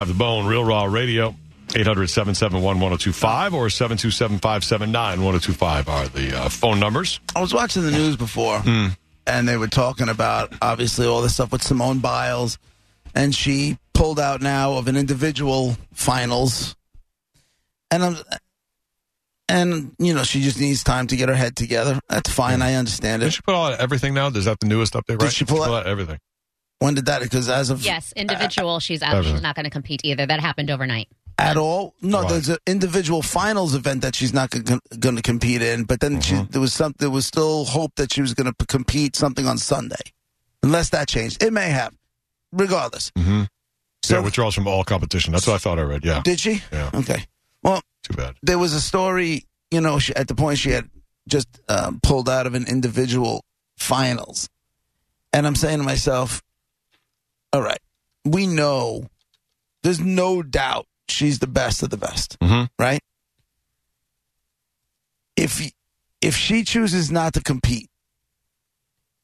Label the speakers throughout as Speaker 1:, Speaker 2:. Speaker 1: The Bone, Real Raw Radio, 800 771 1025 or 727 579 1025 are the uh, phone numbers.
Speaker 2: I was watching the news before, and they were talking about obviously all this stuff with Simone Biles, and she pulled out now of an individual finals, and I'm, and you know she just needs time to get her head together. That's fine, I understand
Speaker 1: Did
Speaker 2: it.
Speaker 1: she put out everything now? Is that the newest update, right?
Speaker 2: Did she pull out-
Speaker 1: everything?
Speaker 2: When did that? Because as of
Speaker 3: Yes, individual. She's out.
Speaker 1: Everything.
Speaker 3: She's not going to compete either. That happened overnight.
Speaker 2: at all, no,
Speaker 1: Right.
Speaker 2: there's an individual finals event that she's not going to compete in. But then she,
Speaker 1: Mm-hmm.
Speaker 2: there was some, there was still hope that she was going to p- compete something on Sunday, unless that changed. It may have, regardless.
Speaker 1: Mm-hmm.
Speaker 2: So
Speaker 1: yeah, withdraws from all competition. That's what I thought I read. Yeah,
Speaker 2: Did she?
Speaker 1: Yeah.
Speaker 2: Okay. Well,
Speaker 1: too bad.
Speaker 2: there was a story, you know, she, at the point she had just um, pulled out of an individual finals. And I'm saying to myself, all right, we know there's no doubt she's the best of the best,
Speaker 1: Mhm.
Speaker 2: right? If y- if she chooses not to compete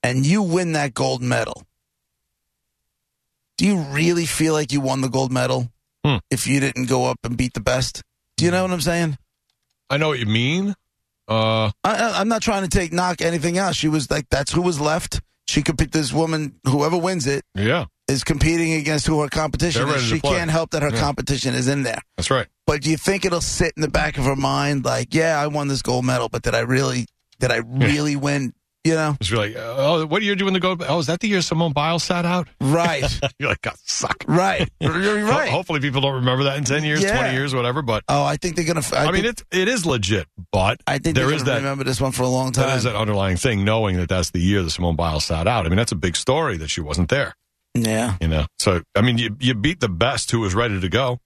Speaker 2: and you win that gold medal, do you really feel like you won the gold medal
Speaker 1: Hmm.
Speaker 2: if you didn't go up and beat the best? Do you know what I'm saying?
Speaker 1: I know what you mean. Uh,
Speaker 2: I- I, I'm not trying to take knock anything else. She was like, that's who was left. She compete. This woman, whoever wins it,
Speaker 1: yeah,
Speaker 2: is competing against who her competition
Speaker 1: They're
Speaker 2: is.
Speaker 1: ready to
Speaker 2: She
Speaker 1: play.
Speaker 2: can't help that her
Speaker 1: Yeah.
Speaker 2: competition is in there.
Speaker 1: that's right.
Speaker 2: But do you think it'll sit in the back of her mind, like, yeah, I won this gold medal, but did I really, did I really win? You know,
Speaker 1: Just be like, oh, what year do you win the gold? Oh, is that the year Simone Biles sat out?
Speaker 2: right,
Speaker 1: You're like, God, suck.
Speaker 2: right, you're
Speaker 1: Ho-
Speaker 2: right.
Speaker 1: hopefully, people don't remember that in ten years,
Speaker 2: Yeah.
Speaker 1: twenty years, whatever. But
Speaker 2: Oh, I think they're gonna.
Speaker 1: I,
Speaker 2: I, think,
Speaker 1: mean, it's it is legit. But
Speaker 2: I think
Speaker 1: there
Speaker 2: they're
Speaker 1: is
Speaker 2: gonna
Speaker 1: that
Speaker 2: remember this one for a long time.
Speaker 1: That is that underlying thing, knowing that that's the year that Simone Biles sat out. I mean, that's a big story that she wasn't there.
Speaker 2: yeah,
Speaker 1: You know, so I mean, you you beat the best who was ready to go.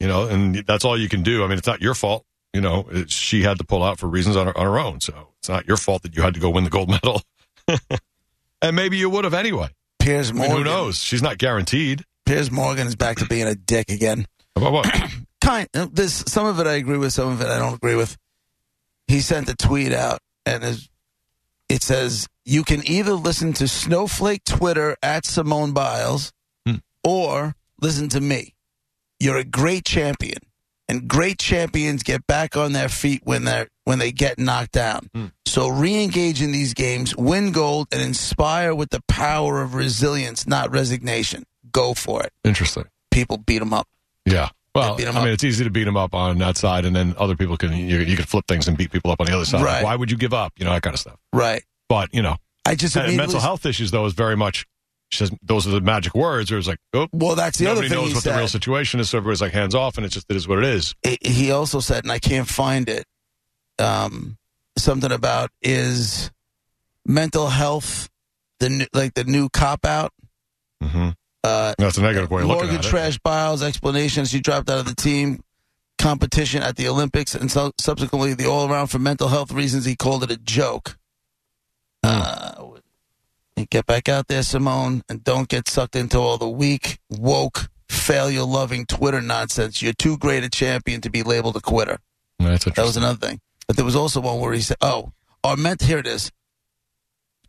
Speaker 1: You know, and that's all you can do. I mean, it's not your fault. You know, it, she had to pull out for reasons on her, on her own. So it's not your fault that you had to go win the gold medal. and maybe you would have anyway.
Speaker 2: Piers
Speaker 1: I mean,
Speaker 2: Morgan.
Speaker 1: who knows? She's not guaranteed.
Speaker 2: Piers Morgan is back to being a dick again.
Speaker 1: How About what?
Speaker 2: kind uh, this some of it I agree with, some of it I don't agree with. He sent a tweet out and is it says you can either listen to Snowflake Twitter at Simone Biles
Speaker 1: Hmm.
Speaker 2: or listen to me. You're a great champion. And great champions get back on their feet when they are when they get knocked down.
Speaker 1: Hmm.
Speaker 2: So re-engage in these games, win gold, and inspire with the power of resilience, not resignation. Go for it.
Speaker 1: Interesting.
Speaker 2: People beat them up.
Speaker 1: Yeah. Well,
Speaker 2: beat 'em
Speaker 1: I mean,
Speaker 2: up.
Speaker 1: it's easy to beat them up on that side, and then other people can you, you can flip things and beat people up on the other side.
Speaker 2: Right.
Speaker 1: Why would you give up? You know that kind of stuff.
Speaker 2: Right.
Speaker 1: But you know,
Speaker 2: I just
Speaker 1: And
Speaker 2: immediately
Speaker 1: mental health issues, though, is very much. She says those are the magic words. Or it's like, oh,
Speaker 2: Well, that's the
Speaker 1: nobody
Speaker 2: other thing
Speaker 1: knows
Speaker 2: he
Speaker 1: what
Speaker 2: said.
Speaker 1: the real situation is. So everybody's like hands off, and it's just it is what it is.
Speaker 2: He- he also said, and I can't find it. Um, something about is mental health the new, like the new cop out.
Speaker 1: Mm-hmm.
Speaker 2: Uh,
Speaker 1: That's a negative way of looking
Speaker 2: Morgan
Speaker 1: at
Speaker 2: Trash Biles' explanation: she dropped out of the team competition at the Olympics and so, subsequently the all around for mental health reasons. He called it a joke.
Speaker 1: Hmm.
Speaker 2: Uh, and get back out there, Simone, and don't get sucked into all the weak, woke, failure loving Twitter nonsense. You're too great a champion to be labeled a quitter.
Speaker 1: it. That's
Speaker 2: That was
Speaker 1: interesting.
Speaker 2: another thing. But there was also one where he said, "Oh, our ment here it is."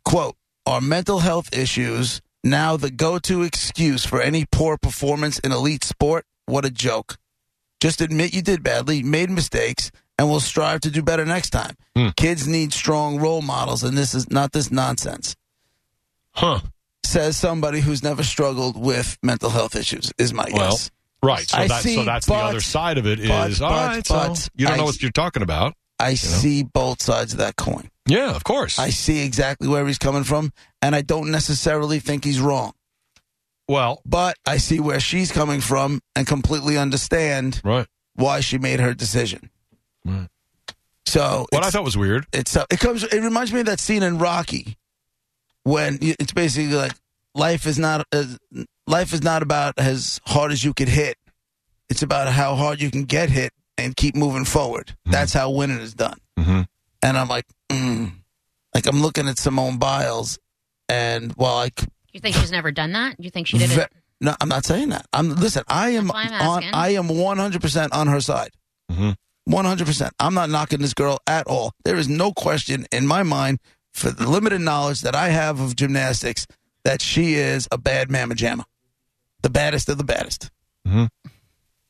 Speaker 2: Quote: Our mental health issues now the go-to excuse for any poor performance in elite sport. What a joke! Just admit you did badly, made mistakes, and will strive to do better next time.
Speaker 1: Hmm.
Speaker 2: Kids need strong role models, and this is not this nonsense.
Speaker 1: huh?
Speaker 2: Says somebody who's never struggled with mental health issues. Is my
Speaker 1: Well,
Speaker 2: guess.
Speaker 1: Right. So,
Speaker 2: I
Speaker 1: that, so
Speaker 2: see,
Speaker 1: that's the
Speaker 2: but-
Speaker 1: other side of it is
Speaker 2: but-
Speaker 1: all
Speaker 2: but-
Speaker 1: right.
Speaker 2: but
Speaker 1: so you don't know
Speaker 2: I-
Speaker 1: what you're talking about.
Speaker 2: I
Speaker 1: know?
Speaker 2: see both sides of that coin.
Speaker 1: Yeah, of course.
Speaker 2: I see exactly where he's coming from, and I don't necessarily think he's wrong.
Speaker 1: well,
Speaker 2: But I see where she's coming from and completely understand
Speaker 1: right.
Speaker 2: why she made her decision.
Speaker 1: Right.
Speaker 2: So
Speaker 1: What I
Speaker 2: it's,
Speaker 1: thought was weird.
Speaker 2: it's uh, it comes. It reminds me of that scene in Rocky when y- it's basically like life is not as, life is not about as hard as you could hit. It's about how hard you can get hit and keep moving forward. That's how winning is done.
Speaker 1: Mm-hmm.
Speaker 2: And I'm like, mm. like I'm looking at Simone Biles, and while I c-
Speaker 3: You think she's never done that? You think she did
Speaker 2: Ve-
Speaker 3: it?
Speaker 2: No, I'm not saying that. I'm listen. I am
Speaker 3: That's why I'm
Speaker 2: on.
Speaker 3: asking.
Speaker 2: I am 100 percent on her side.
Speaker 1: Mhm.
Speaker 2: 100 percent. I'm not knocking this girl at all. There is no question in my mind, for the limited knowledge that I have of gymnastics, that she is a bad mamma jamma, the baddest of the baddest.
Speaker 1: Mhm.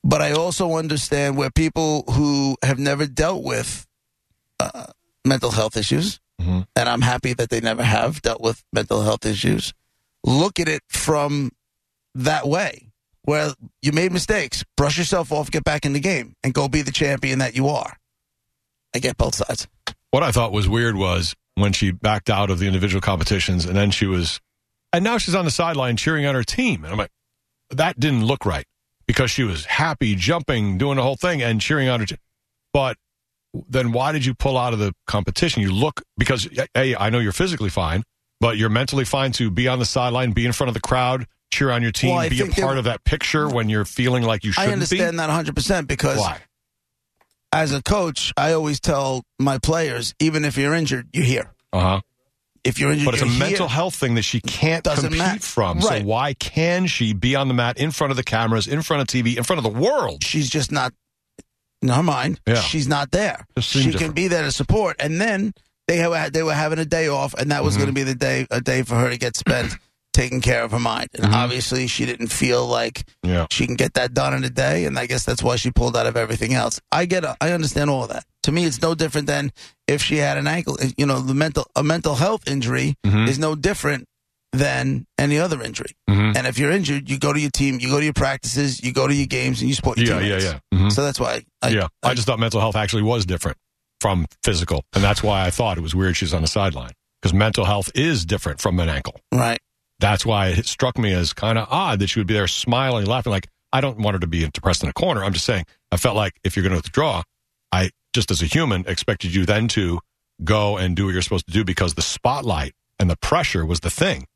Speaker 2: But I also understand where people who have never dealt with uh, mental health issues,
Speaker 1: Mhm.
Speaker 2: and I'm happy that they never have dealt with mental health issues, look at it from that way. Where you made mistakes, brush yourself off, get back in the game, and go be the champion that you are. I get both sides.
Speaker 1: What I thought was weird was when she backed out of the individual competitions and then she was, and now she's on the sideline cheering on her team. And I'm like, that didn't look right because she was happy, jumping, doing the whole thing and cheering on her team. But then why did you pull out of the competition? You look, because, hey, I know you're physically fine, but you're mentally fine to be on the sideline, be in front of the crowd, cheer on your team,
Speaker 2: Well, I
Speaker 1: be a
Speaker 2: think they-
Speaker 1: part of that picture when you're feeling like you shouldn't
Speaker 2: I understand
Speaker 1: be.
Speaker 2: that 100% because
Speaker 1: Why?
Speaker 2: as a coach, I always tell my players, even if you're injured, you're here.
Speaker 1: Uh huh.
Speaker 2: If you're injured,
Speaker 1: But it's a
Speaker 2: you're here.
Speaker 1: mental health thing that she can't
Speaker 2: Doesn't
Speaker 1: compete
Speaker 2: matter.
Speaker 1: from.
Speaker 2: Right.
Speaker 1: So why can she be on the mat in front of the cameras, in front of TV, in front of the world?
Speaker 2: She's just not in her mind.
Speaker 1: Yeah.
Speaker 2: She's not there.
Speaker 1: Just
Speaker 2: She
Speaker 1: seemed
Speaker 2: can
Speaker 1: different.
Speaker 2: be there to support. And then they have, they were having a day off, and that was
Speaker 1: Mm-hmm.
Speaker 2: going to be the day a day for her to get spent taking care of her mind.
Speaker 1: Mm-hmm.
Speaker 2: And obviously, she didn't feel like
Speaker 1: Yeah.
Speaker 2: she can get that done in a day, and I guess that's why she pulled out of everything else. I get, I understand all of that. To me, it's no different than if she had an ankle, eh, you know, the mental a mental health injury
Speaker 1: Mhm.
Speaker 2: is no different than any other injury.
Speaker 1: Mhm.
Speaker 2: And if you're injured, you go to your team, you go to your practices, you go to your games, and you support your
Speaker 1: Yeah, yeah,
Speaker 2: teammates.
Speaker 1: yeah. Mhm.
Speaker 2: So that's why, I,
Speaker 1: yeah. I, just thought mental health actually was different from physical. And that's why I thought it was weird she's on the sideline because mental health is different from an ankle.
Speaker 2: right.
Speaker 1: That's why it struck me as kind of odd that she would be there smiling, laughing. Like, I don't want her to be depressed in a corner. I'm just saying, I felt like if you're going to withdraw, I, just as a human, expected you then to go and do what you're supposed to do because the spotlight and the pressure was the thing.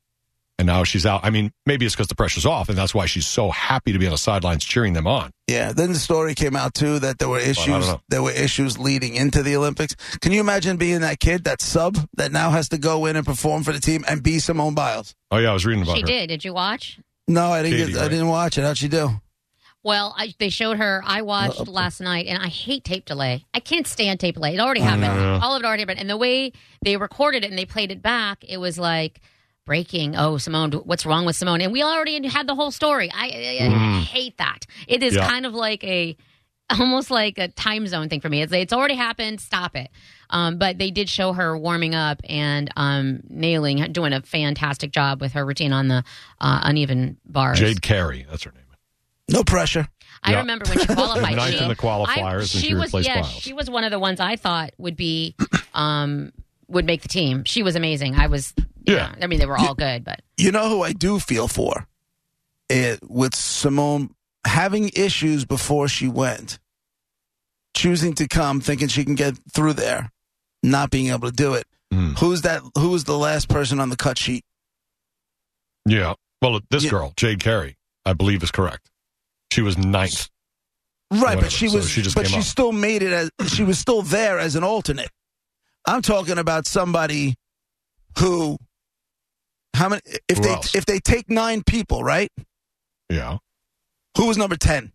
Speaker 1: And now she's out. I mean, maybe it's because the pressure's off, and that's why she's so happy to be on the sidelines cheering them on.
Speaker 2: Yeah. Then the story came out too that there were issues.
Speaker 1: know.
Speaker 2: There were issues leading into the Olympics. Can you imagine being that kid, that sub, that now has to go in and perform for the team and be Simone Biles?
Speaker 1: Oh, yeah, I was reading about
Speaker 3: She
Speaker 1: her.
Speaker 3: did. Did you watch?
Speaker 2: No, I didn't.
Speaker 1: Katie,
Speaker 2: get, I
Speaker 1: right?
Speaker 2: didn't watch it. How'd she do?
Speaker 3: Well, I, they showed her. I watched
Speaker 2: Uh-oh.
Speaker 3: last night, and I hate tape delay. I can't stand tape delay. It already
Speaker 2: I
Speaker 3: happened.
Speaker 1: know.
Speaker 3: All of it already happened. And the way they recorded it and they played it back, it was like breaking. Oh, Simone, what's wrong with Simone? And we already had the whole story. I, I, I
Speaker 1: Mm.
Speaker 3: hate that. It is
Speaker 1: Yeah.
Speaker 3: kind of like a, almost like a time zone thing for me. It's, it's already happened. Stop it. Um, but they did show her warming up and um, nailing, doing a fantastic job with her routine on the uh, uneven bars.
Speaker 1: Jade Carey. That's her name.
Speaker 2: No pressure.
Speaker 3: I
Speaker 1: Yeah.
Speaker 3: remember when she qualified.
Speaker 1: Ninth
Speaker 3: she,
Speaker 1: in the qualifiers, and she
Speaker 3: was
Speaker 1: replaced
Speaker 3: yeah,
Speaker 1: Biles.
Speaker 3: she was one of the ones I thought would be um, would make the team. She was amazing. I was
Speaker 1: Yeah.
Speaker 3: yeah. I mean, they were all good, but
Speaker 2: You know who I do feel for? It, with Simone having issues before she went, choosing to come, thinking she can get through there, not being able to do it.
Speaker 1: Mm.
Speaker 2: Who's that? Who was the last person on the cut sheet?
Speaker 1: Yeah. Well, this
Speaker 2: Yeah.
Speaker 1: girl, Jade Carey, I believe is correct. She was ninth.
Speaker 2: Right,
Speaker 1: Whatever.
Speaker 2: but she
Speaker 1: So
Speaker 2: was.
Speaker 1: she just
Speaker 2: but
Speaker 1: came
Speaker 2: she
Speaker 1: up.
Speaker 2: still made it as she was still there as an alternate. I'm talking about somebody who, how many? If
Speaker 1: Who
Speaker 2: they
Speaker 1: else?
Speaker 2: if they take nine people, right?
Speaker 1: Yeah.
Speaker 2: Who was number 10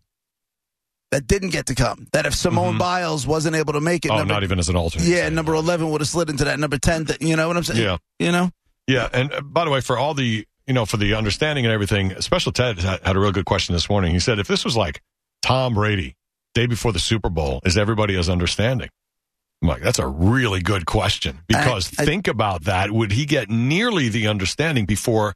Speaker 2: that didn't get to come? That if Simone
Speaker 1: Mhm.
Speaker 2: Biles wasn't able to make it,
Speaker 1: oh,
Speaker 2: number,
Speaker 1: not even as an alternate.
Speaker 2: yeah, number 11 would have slid into that number 10. That, you know what I'm saying?
Speaker 1: Yeah.
Speaker 2: You know?
Speaker 1: Yeah. And uh, by the way, for all the, you know, for the understanding and everything, Special Ted ha- had a real good question this morning. He said, if this was like Tom Brady, day before the Super Bowl, is everybody as understanding? I'm like, that's a really good question because
Speaker 2: I-
Speaker 1: think about that. Would he get nearly the understanding before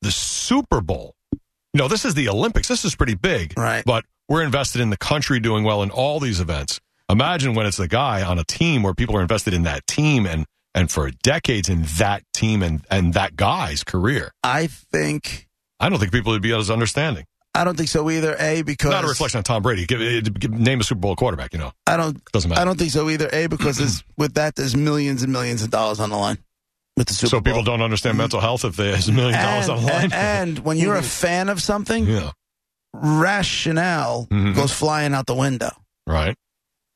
Speaker 1: the Super Bowl? You know, this is the Olympics. This is pretty big.
Speaker 2: Right.
Speaker 1: but we're invested in the country doing well in all these events. Imagine when it's the guy on a team where people are invested in that team and and for decades in that team and and that guy's career.
Speaker 2: I think,
Speaker 1: I don't think people would be as understanding.
Speaker 2: I don't think so either, A, because
Speaker 1: Not a reflection on Tom Brady. Give, it- give- name a Super Bowl quarterback. You know,
Speaker 2: I don't,
Speaker 1: doesn't matter.
Speaker 2: I don't think so either, A, because there's, with that, there's millions and millions of dollars on the line with the Super
Speaker 1: so
Speaker 2: Bowl. Mm-hmm.
Speaker 1: people don't understand mental health if there's a million dollars
Speaker 2: and,
Speaker 1: on the line.
Speaker 2: and, and when you're a fan of something,
Speaker 1: yeah,
Speaker 2: rationale
Speaker 1: Mhm.
Speaker 2: goes flying out the window.
Speaker 1: right.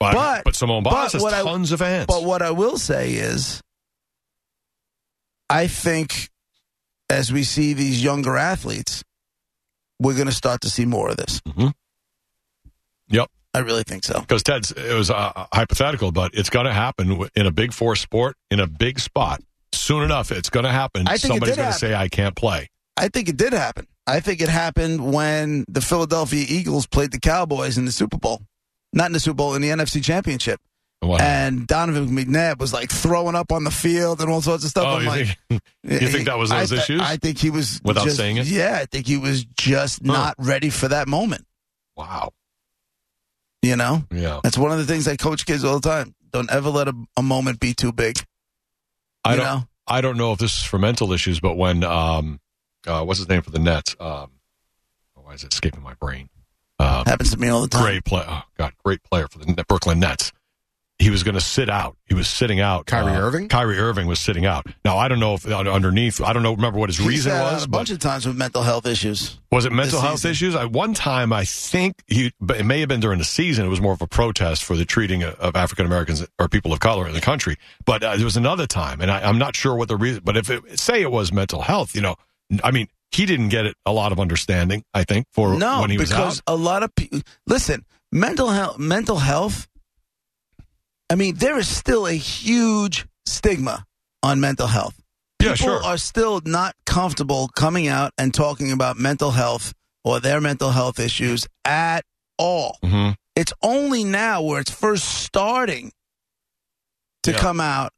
Speaker 1: But but,
Speaker 2: But-
Speaker 1: Simone
Speaker 2: but
Speaker 1: Biles has
Speaker 2: what I-
Speaker 1: tons of fans.
Speaker 2: But what I will say is, I think as we see these younger athletes, we're going to start to see more of this.
Speaker 1: Mhm. Yep.
Speaker 2: I really think so.
Speaker 1: because Ted's it was uh, hypothetical, but it's going to happen w- in a big four sport in a big spot soon enough. It's going to happen.
Speaker 2: I think it
Speaker 1: Somebody's
Speaker 2: did
Speaker 1: going to say I can't play.
Speaker 2: I think it did happen. I think it happened when the Philadelphia Eagles played the Cowboys in the Super Bowl. Not in the Super Bowl, in the NFC Championship.
Speaker 1: Wow.
Speaker 2: And Donovan McNabb was like throwing up on the field and all sorts of stuff.
Speaker 1: oh,
Speaker 2: I'm
Speaker 1: you
Speaker 2: like, eh,
Speaker 1: think, you think that was
Speaker 2: I
Speaker 1: those
Speaker 2: thi-
Speaker 1: issues?
Speaker 2: I think he was
Speaker 1: Without
Speaker 2: just-
Speaker 1: saying it?
Speaker 2: Yeah, I think he was just not ready for that moment.
Speaker 1: wow.
Speaker 2: You know,
Speaker 1: Yeah.
Speaker 2: that's one of the things I coach kids all the time. Don't ever let a, a moment be too big.
Speaker 1: I
Speaker 2: you
Speaker 1: don't.
Speaker 2: know,
Speaker 1: I don't know if this is for mental issues, but when um, uh, what's his name for the Nets? Um, oh, why is it escaping my brain? Um,
Speaker 2: happens to me all the time.
Speaker 1: great player. Oh, God, great player for the Net- Brooklyn Nets. He was going to sit out. He was sitting out.
Speaker 4: Kyrie
Speaker 1: Uh,
Speaker 4: Irving?
Speaker 1: Kyrie Irving was sitting out. Now I don't know if uh, underneath. I don't know. Remember what his
Speaker 2: He's
Speaker 1: reason
Speaker 2: had
Speaker 1: was,
Speaker 2: uh, a
Speaker 1: but
Speaker 2: bunch of times with mental health issues.
Speaker 1: Was it mental
Speaker 2: this
Speaker 1: health
Speaker 2: season.
Speaker 1: issues? I one time I think he, but it may have been during the season. It was more of a protest for the treating of- of African Americans or people of color in the country. But uh, there was another time, and I, I'm not sure what the reason. But if it, say it was mental health, you know, I mean, he didn't get it, a lot of understanding. I think for
Speaker 2: No,
Speaker 1: when he was
Speaker 2: because
Speaker 1: out.
Speaker 2: a lot of people listen. Mental health, mental health. I mean, there is still a huge stigma on mental health.
Speaker 1: Yeah,
Speaker 2: people
Speaker 1: sure.
Speaker 2: are still not comfortable coming out and talking about mental health or their mental health issues at all.
Speaker 1: Mhm.
Speaker 2: It's only now where it's first starting to
Speaker 1: Yeah.
Speaker 2: come out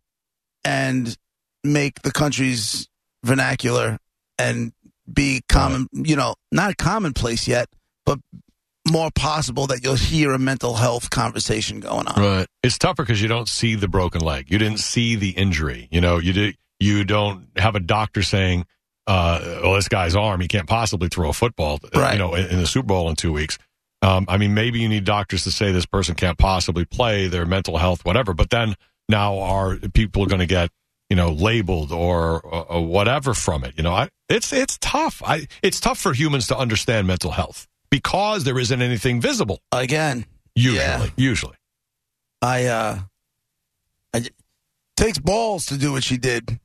Speaker 2: and make the country's vernacular and be common, you know, not commonplace yet, but more possible that you'll hear a mental health conversation going on.
Speaker 1: Right. It's tougher because you don't see the broken leg. You didn't see the injury. You know, you do, you don't have a doctor saying, uh, "Well, this guy's arm, he can't possibly throw a football." uh, You
Speaker 2: Right.
Speaker 1: know, in, in the Super Bowl in two weeks. Um, I mean, maybe you need doctors to say this person can't possibly play. Their mental health, whatever. But then now are people going to get you know labeled or, or, or whatever from it? You know, I, it's it's tough. I it's tough for humans to understand mental health because there isn't anything visible
Speaker 2: Again,
Speaker 1: usually.
Speaker 2: Yeah.
Speaker 1: Usually.
Speaker 2: I uh I, takes balls to do what she did.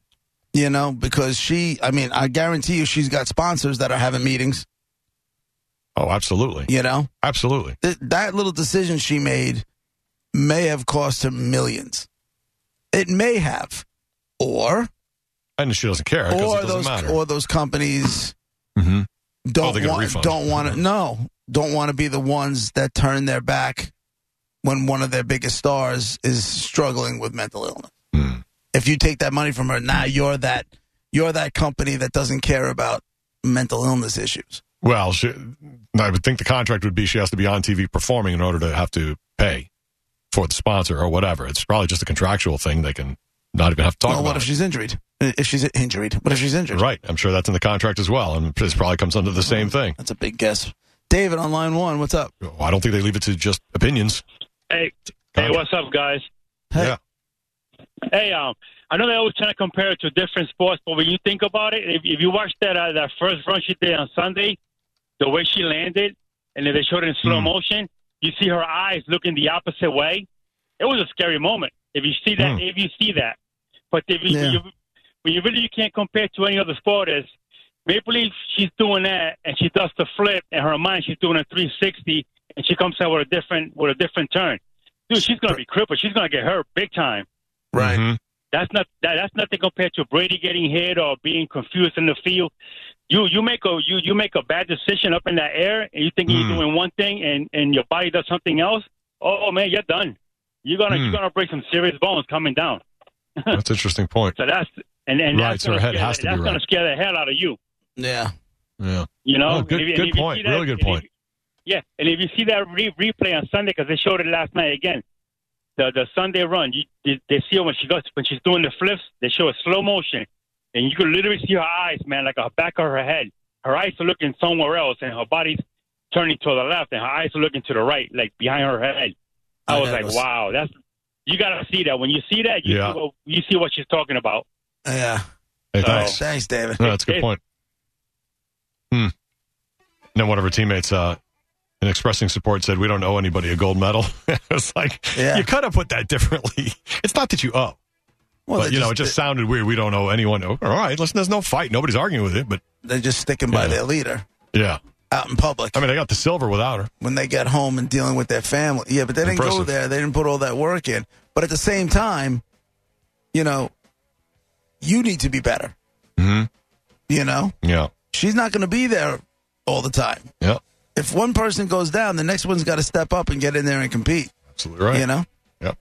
Speaker 2: You know, because she I mean, I guarantee you she's got sponsors that are having meetings,
Speaker 1: Oh, absolutely.
Speaker 2: you know.
Speaker 1: Absolutely.
Speaker 2: Th- that little decision she made may have cost her millions. It may have. Or
Speaker 1: And she doesn't care because
Speaker 2: or
Speaker 1: it doesn't
Speaker 2: those
Speaker 1: matter.
Speaker 2: or those companies
Speaker 1: hmm
Speaker 2: don't
Speaker 1: they get a
Speaker 2: want
Speaker 1: refund.
Speaker 2: don't want to no don't want to be the ones that turn their back when one of their biggest stars is struggling with mental illness.
Speaker 1: Hmm.
Speaker 2: If you take that money from her, now you're that you're that company that doesn't care about mental illness issues.
Speaker 1: Well, she, I would think the contract would be she has to be on TV performing in order to have to pay for the sponsor or whatever. It's probably just a contractual thing. They can not even have to talk
Speaker 2: well,
Speaker 1: about
Speaker 2: what if
Speaker 1: it.
Speaker 2: she's injured? If she's injured, what if she's injured?
Speaker 1: right. I'm sure that's in the contract as well. And this probably comes under the same thing.
Speaker 2: That's a big guess. David on line one, what's up?
Speaker 1: I don't think they leave it to just opinions.
Speaker 5: Hey, hey, what's up, guys?
Speaker 2: Hey.
Speaker 1: Yeah.
Speaker 5: Hey, um, I know they always trying to compare it to different sports, but when you think about it, if, if you watch that uh, that first run she did on Sunday, the way she landed, and then they showed it in slow
Speaker 1: Hmm.
Speaker 5: motion, you see her eyes looking the opposite way. It was a scary moment. If you see that,
Speaker 1: Hmm.
Speaker 5: if you see that, but if you,
Speaker 2: Yeah.
Speaker 5: you when you really you can't compare to any other sport is Maple Leaf. She's doing that, and she does the flip in her mind. She's doing a 360, and she comes out with a different with a different turn. Dude, she's gonna be crippled. She's gonna get hurt big time.
Speaker 2: Right.
Speaker 1: Mhm.
Speaker 5: That's not that, that's nothing compared to Brady getting hit or being confused in the field. You you make a you you make a bad decision up in the air and you think
Speaker 1: Hmm.
Speaker 5: you're doing one thing and and your body does something else. Oh, oh, man, you're done. You're gonna
Speaker 1: Hmm.
Speaker 5: you're gonna break some serious bones coming down.
Speaker 1: That's an interesting point.
Speaker 5: So that's and and
Speaker 1: Right,
Speaker 5: that's
Speaker 1: so her
Speaker 5: gonna
Speaker 1: head
Speaker 5: scare
Speaker 1: has
Speaker 5: the-
Speaker 1: to be
Speaker 5: that's
Speaker 1: right.
Speaker 5: gonna scare the hell out of you.
Speaker 2: Mm-hmm. Yeah.
Speaker 1: Yeah.
Speaker 5: You know,
Speaker 1: Oh, good-
Speaker 5: And if you- and
Speaker 1: good
Speaker 5: if you see
Speaker 1: point.
Speaker 5: that-
Speaker 1: Really good
Speaker 5: and if
Speaker 1: point.
Speaker 5: you- yeah, and if you see that re- replay on Sunday because they showed it last night again, the the Sunday run, you they, they see her when she goes when she's doing the flips, they show it slow motion, and you can literally see her eyes, man, like her back of her head. Her eyes are looking somewhere else, and her body's turning to the left, and her eyes are looking to the right, like behind her head. I
Speaker 2: I
Speaker 5: was
Speaker 2: know
Speaker 5: like,
Speaker 2: those.
Speaker 5: wow, that's you got to see that. When you see that, you
Speaker 1: Yeah.
Speaker 5: see what, you see what she's talking about.
Speaker 2: Yeah.
Speaker 1: Hey,
Speaker 5: So-
Speaker 1: thanks.
Speaker 2: Thanks, David.
Speaker 1: No, that's a good
Speaker 5: It-
Speaker 1: point. Hmm. And then one of her teammates, uh, in expressing support, said, "We don't owe anybody a gold medal." it's like
Speaker 2: Yeah.
Speaker 1: you could have put that differently. It's not that you owe,
Speaker 2: Well,
Speaker 1: but you know, it just sounded weird. We don't owe anyone. "Oh, All right, listen, there's no fight. Nobody's arguing with it, but
Speaker 2: they're just sticking by
Speaker 1: Yeah.
Speaker 2: their leader
Speaker 1: yeah.
Speaker 2: out in public
Speaker 1: I mean, I got the silver without her.
Speaker 2: when they get home and dealing with their family. Yeah, but they didn't go
Speaker 1: Impressive.
Speaker 2: there. They didn't put all that work in. But at the same time, you know, you need to be better.
Speaker 1: Mhm.
Speaker 2: You know,
Speaker 1: Yeah,
Speaker 2: she's not going to be there all the time.
Speaker 1: Yep.
Speaker 2: If one person goes down, the next one's got to step up and get in there and compete.
Speaker 1: Absolutely right.
Speaker 2: You know,
Speaker 1: Yep.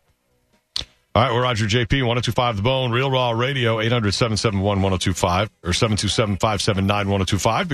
Speaker 1: All right, we're Roger JP, 1025 The oh Bone, Real Raw Radio, 800 771 1025 or 727 579 1025.